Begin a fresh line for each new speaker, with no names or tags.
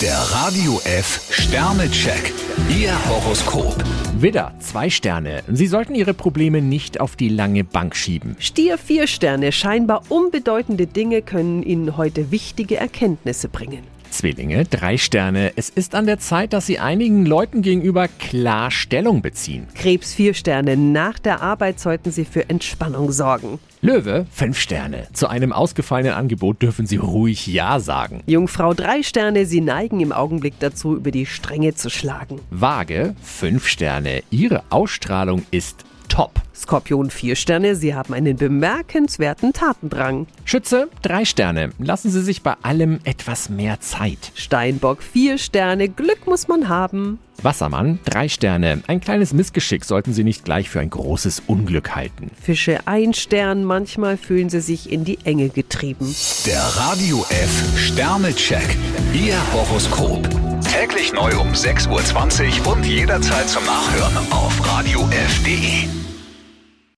Der Radio F Sternecheck. Ihr Horoskop.
Widder, zwei Sterne. Sie sollten Ihre Probleme nicht auf die lange Bank schieben.
Stier vier Sterne, scheinbar unbedeutende Dinge können Ihnen heute wichtige Erkenntnisse bringen.
Zwillinge, drei Sterne. Es ist an der Zeit, dass Sie einigen Leuten gegenüber klar Stellung beziehen.
Krebs vier Sterne, nach der Arbeit sollten Sie für Entspannung sorgen.
Löwe, fünf Sterne. Zu einem ausgefallenen Angebot dürfen Sie ruhig Ja sagen.
Jungfrau drei Sterne, Sie neigen im Augenblick dazu, über die Stränge zu schlagen.
Waage, fünf Sterne. Ihre Ausstrahlung ist top.
Skorpion vier Sterne, Sie haben einen bemerkenswerten Tatendrang.
Schütze, drei Sterne. Lassen Sie sich bei allem etwas mehr Zeit.
Steinbock vier Sterne, Glück muss man haben.
Wassermann, drei Sterne. Ein kleines Missgeschick sollten Sie nicht gleich für ein großes Unglück halten.
Fische ein Stern, manchmal fühlen Sie sich in die Enge getrieben.
Der Radio F Sternecheck. Ihr Horoskop. Täglich neu um 6.20 Uhr und jederzeit zum Nachhören auf Radio